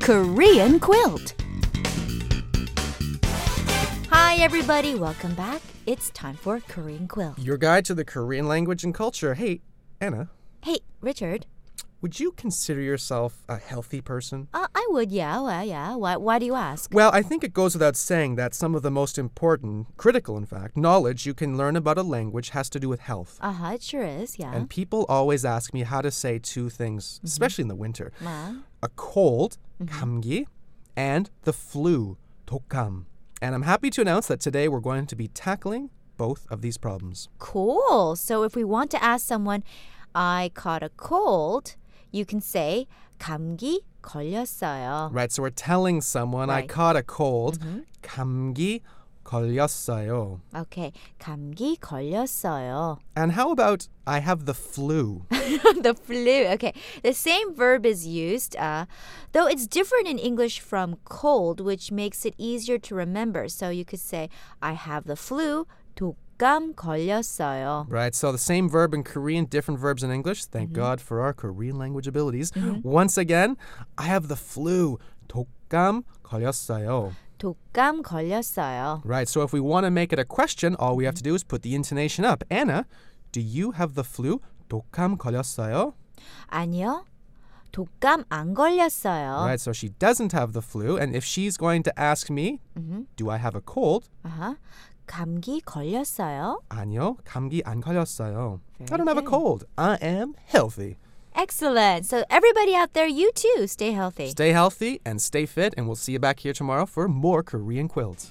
Korean quilt. Hi, everybody. Welcome back. It's time for Korean quilt. Your guide to the Korean language and culture. Hey, Anna, Hey, Richard. would you consider yourself a healthy person? Uh, I would, yeah, well, yeah. Why, why do you ask? Well, I think it goes without saying that some of the most important, critical in fact, knowledge you can learn about a language has to do with health. Uh huh, it sure is, yeah. And people always ask me how to say two things, especially in the winter Ma. a cold, 감기, and the flu, 독감. And I'm happy to announce that today we're going to be tackling both of these problems. Cool. So if we want to ask someone, I caught a cold, you can say, 감기 걸렸어요. Right, so we're telling someone I Right. caught a cold. 감기 걸렸어요. Okay, 감기 걸렸어요. And how about I have the flu? the flu. Okay, the same verb is used, uh, though it's different in English from cold, which makes it easier to remember. So you could say, I have the flu. 독감 걸렸어요. right, so the same verb in Korean, different verbs in English. Thank God for our Korean language abilities. Once again, I have the flu. 독감 걸렸어요. 독감 걸렸어요. Right, so if we want to make it a question, all we have to do is put the intonation up. Anna, do you have the flu? 독감 걸렸어요? 아니요, 독감 안 걸렸어요. Right, so she doesn't have the flu, and if she's going to ask me, do I have a cold? 아하, Uh-huh. 감기 걸렸어요. 아니요, 감기 안 걸렸어요. I Very don't have a good. cold. I am healthy. Excellent. So everybody out there, you too, stay healthy. Stay healthy and stay fit, and we'll see you back here tomorrow for more Korean quilts.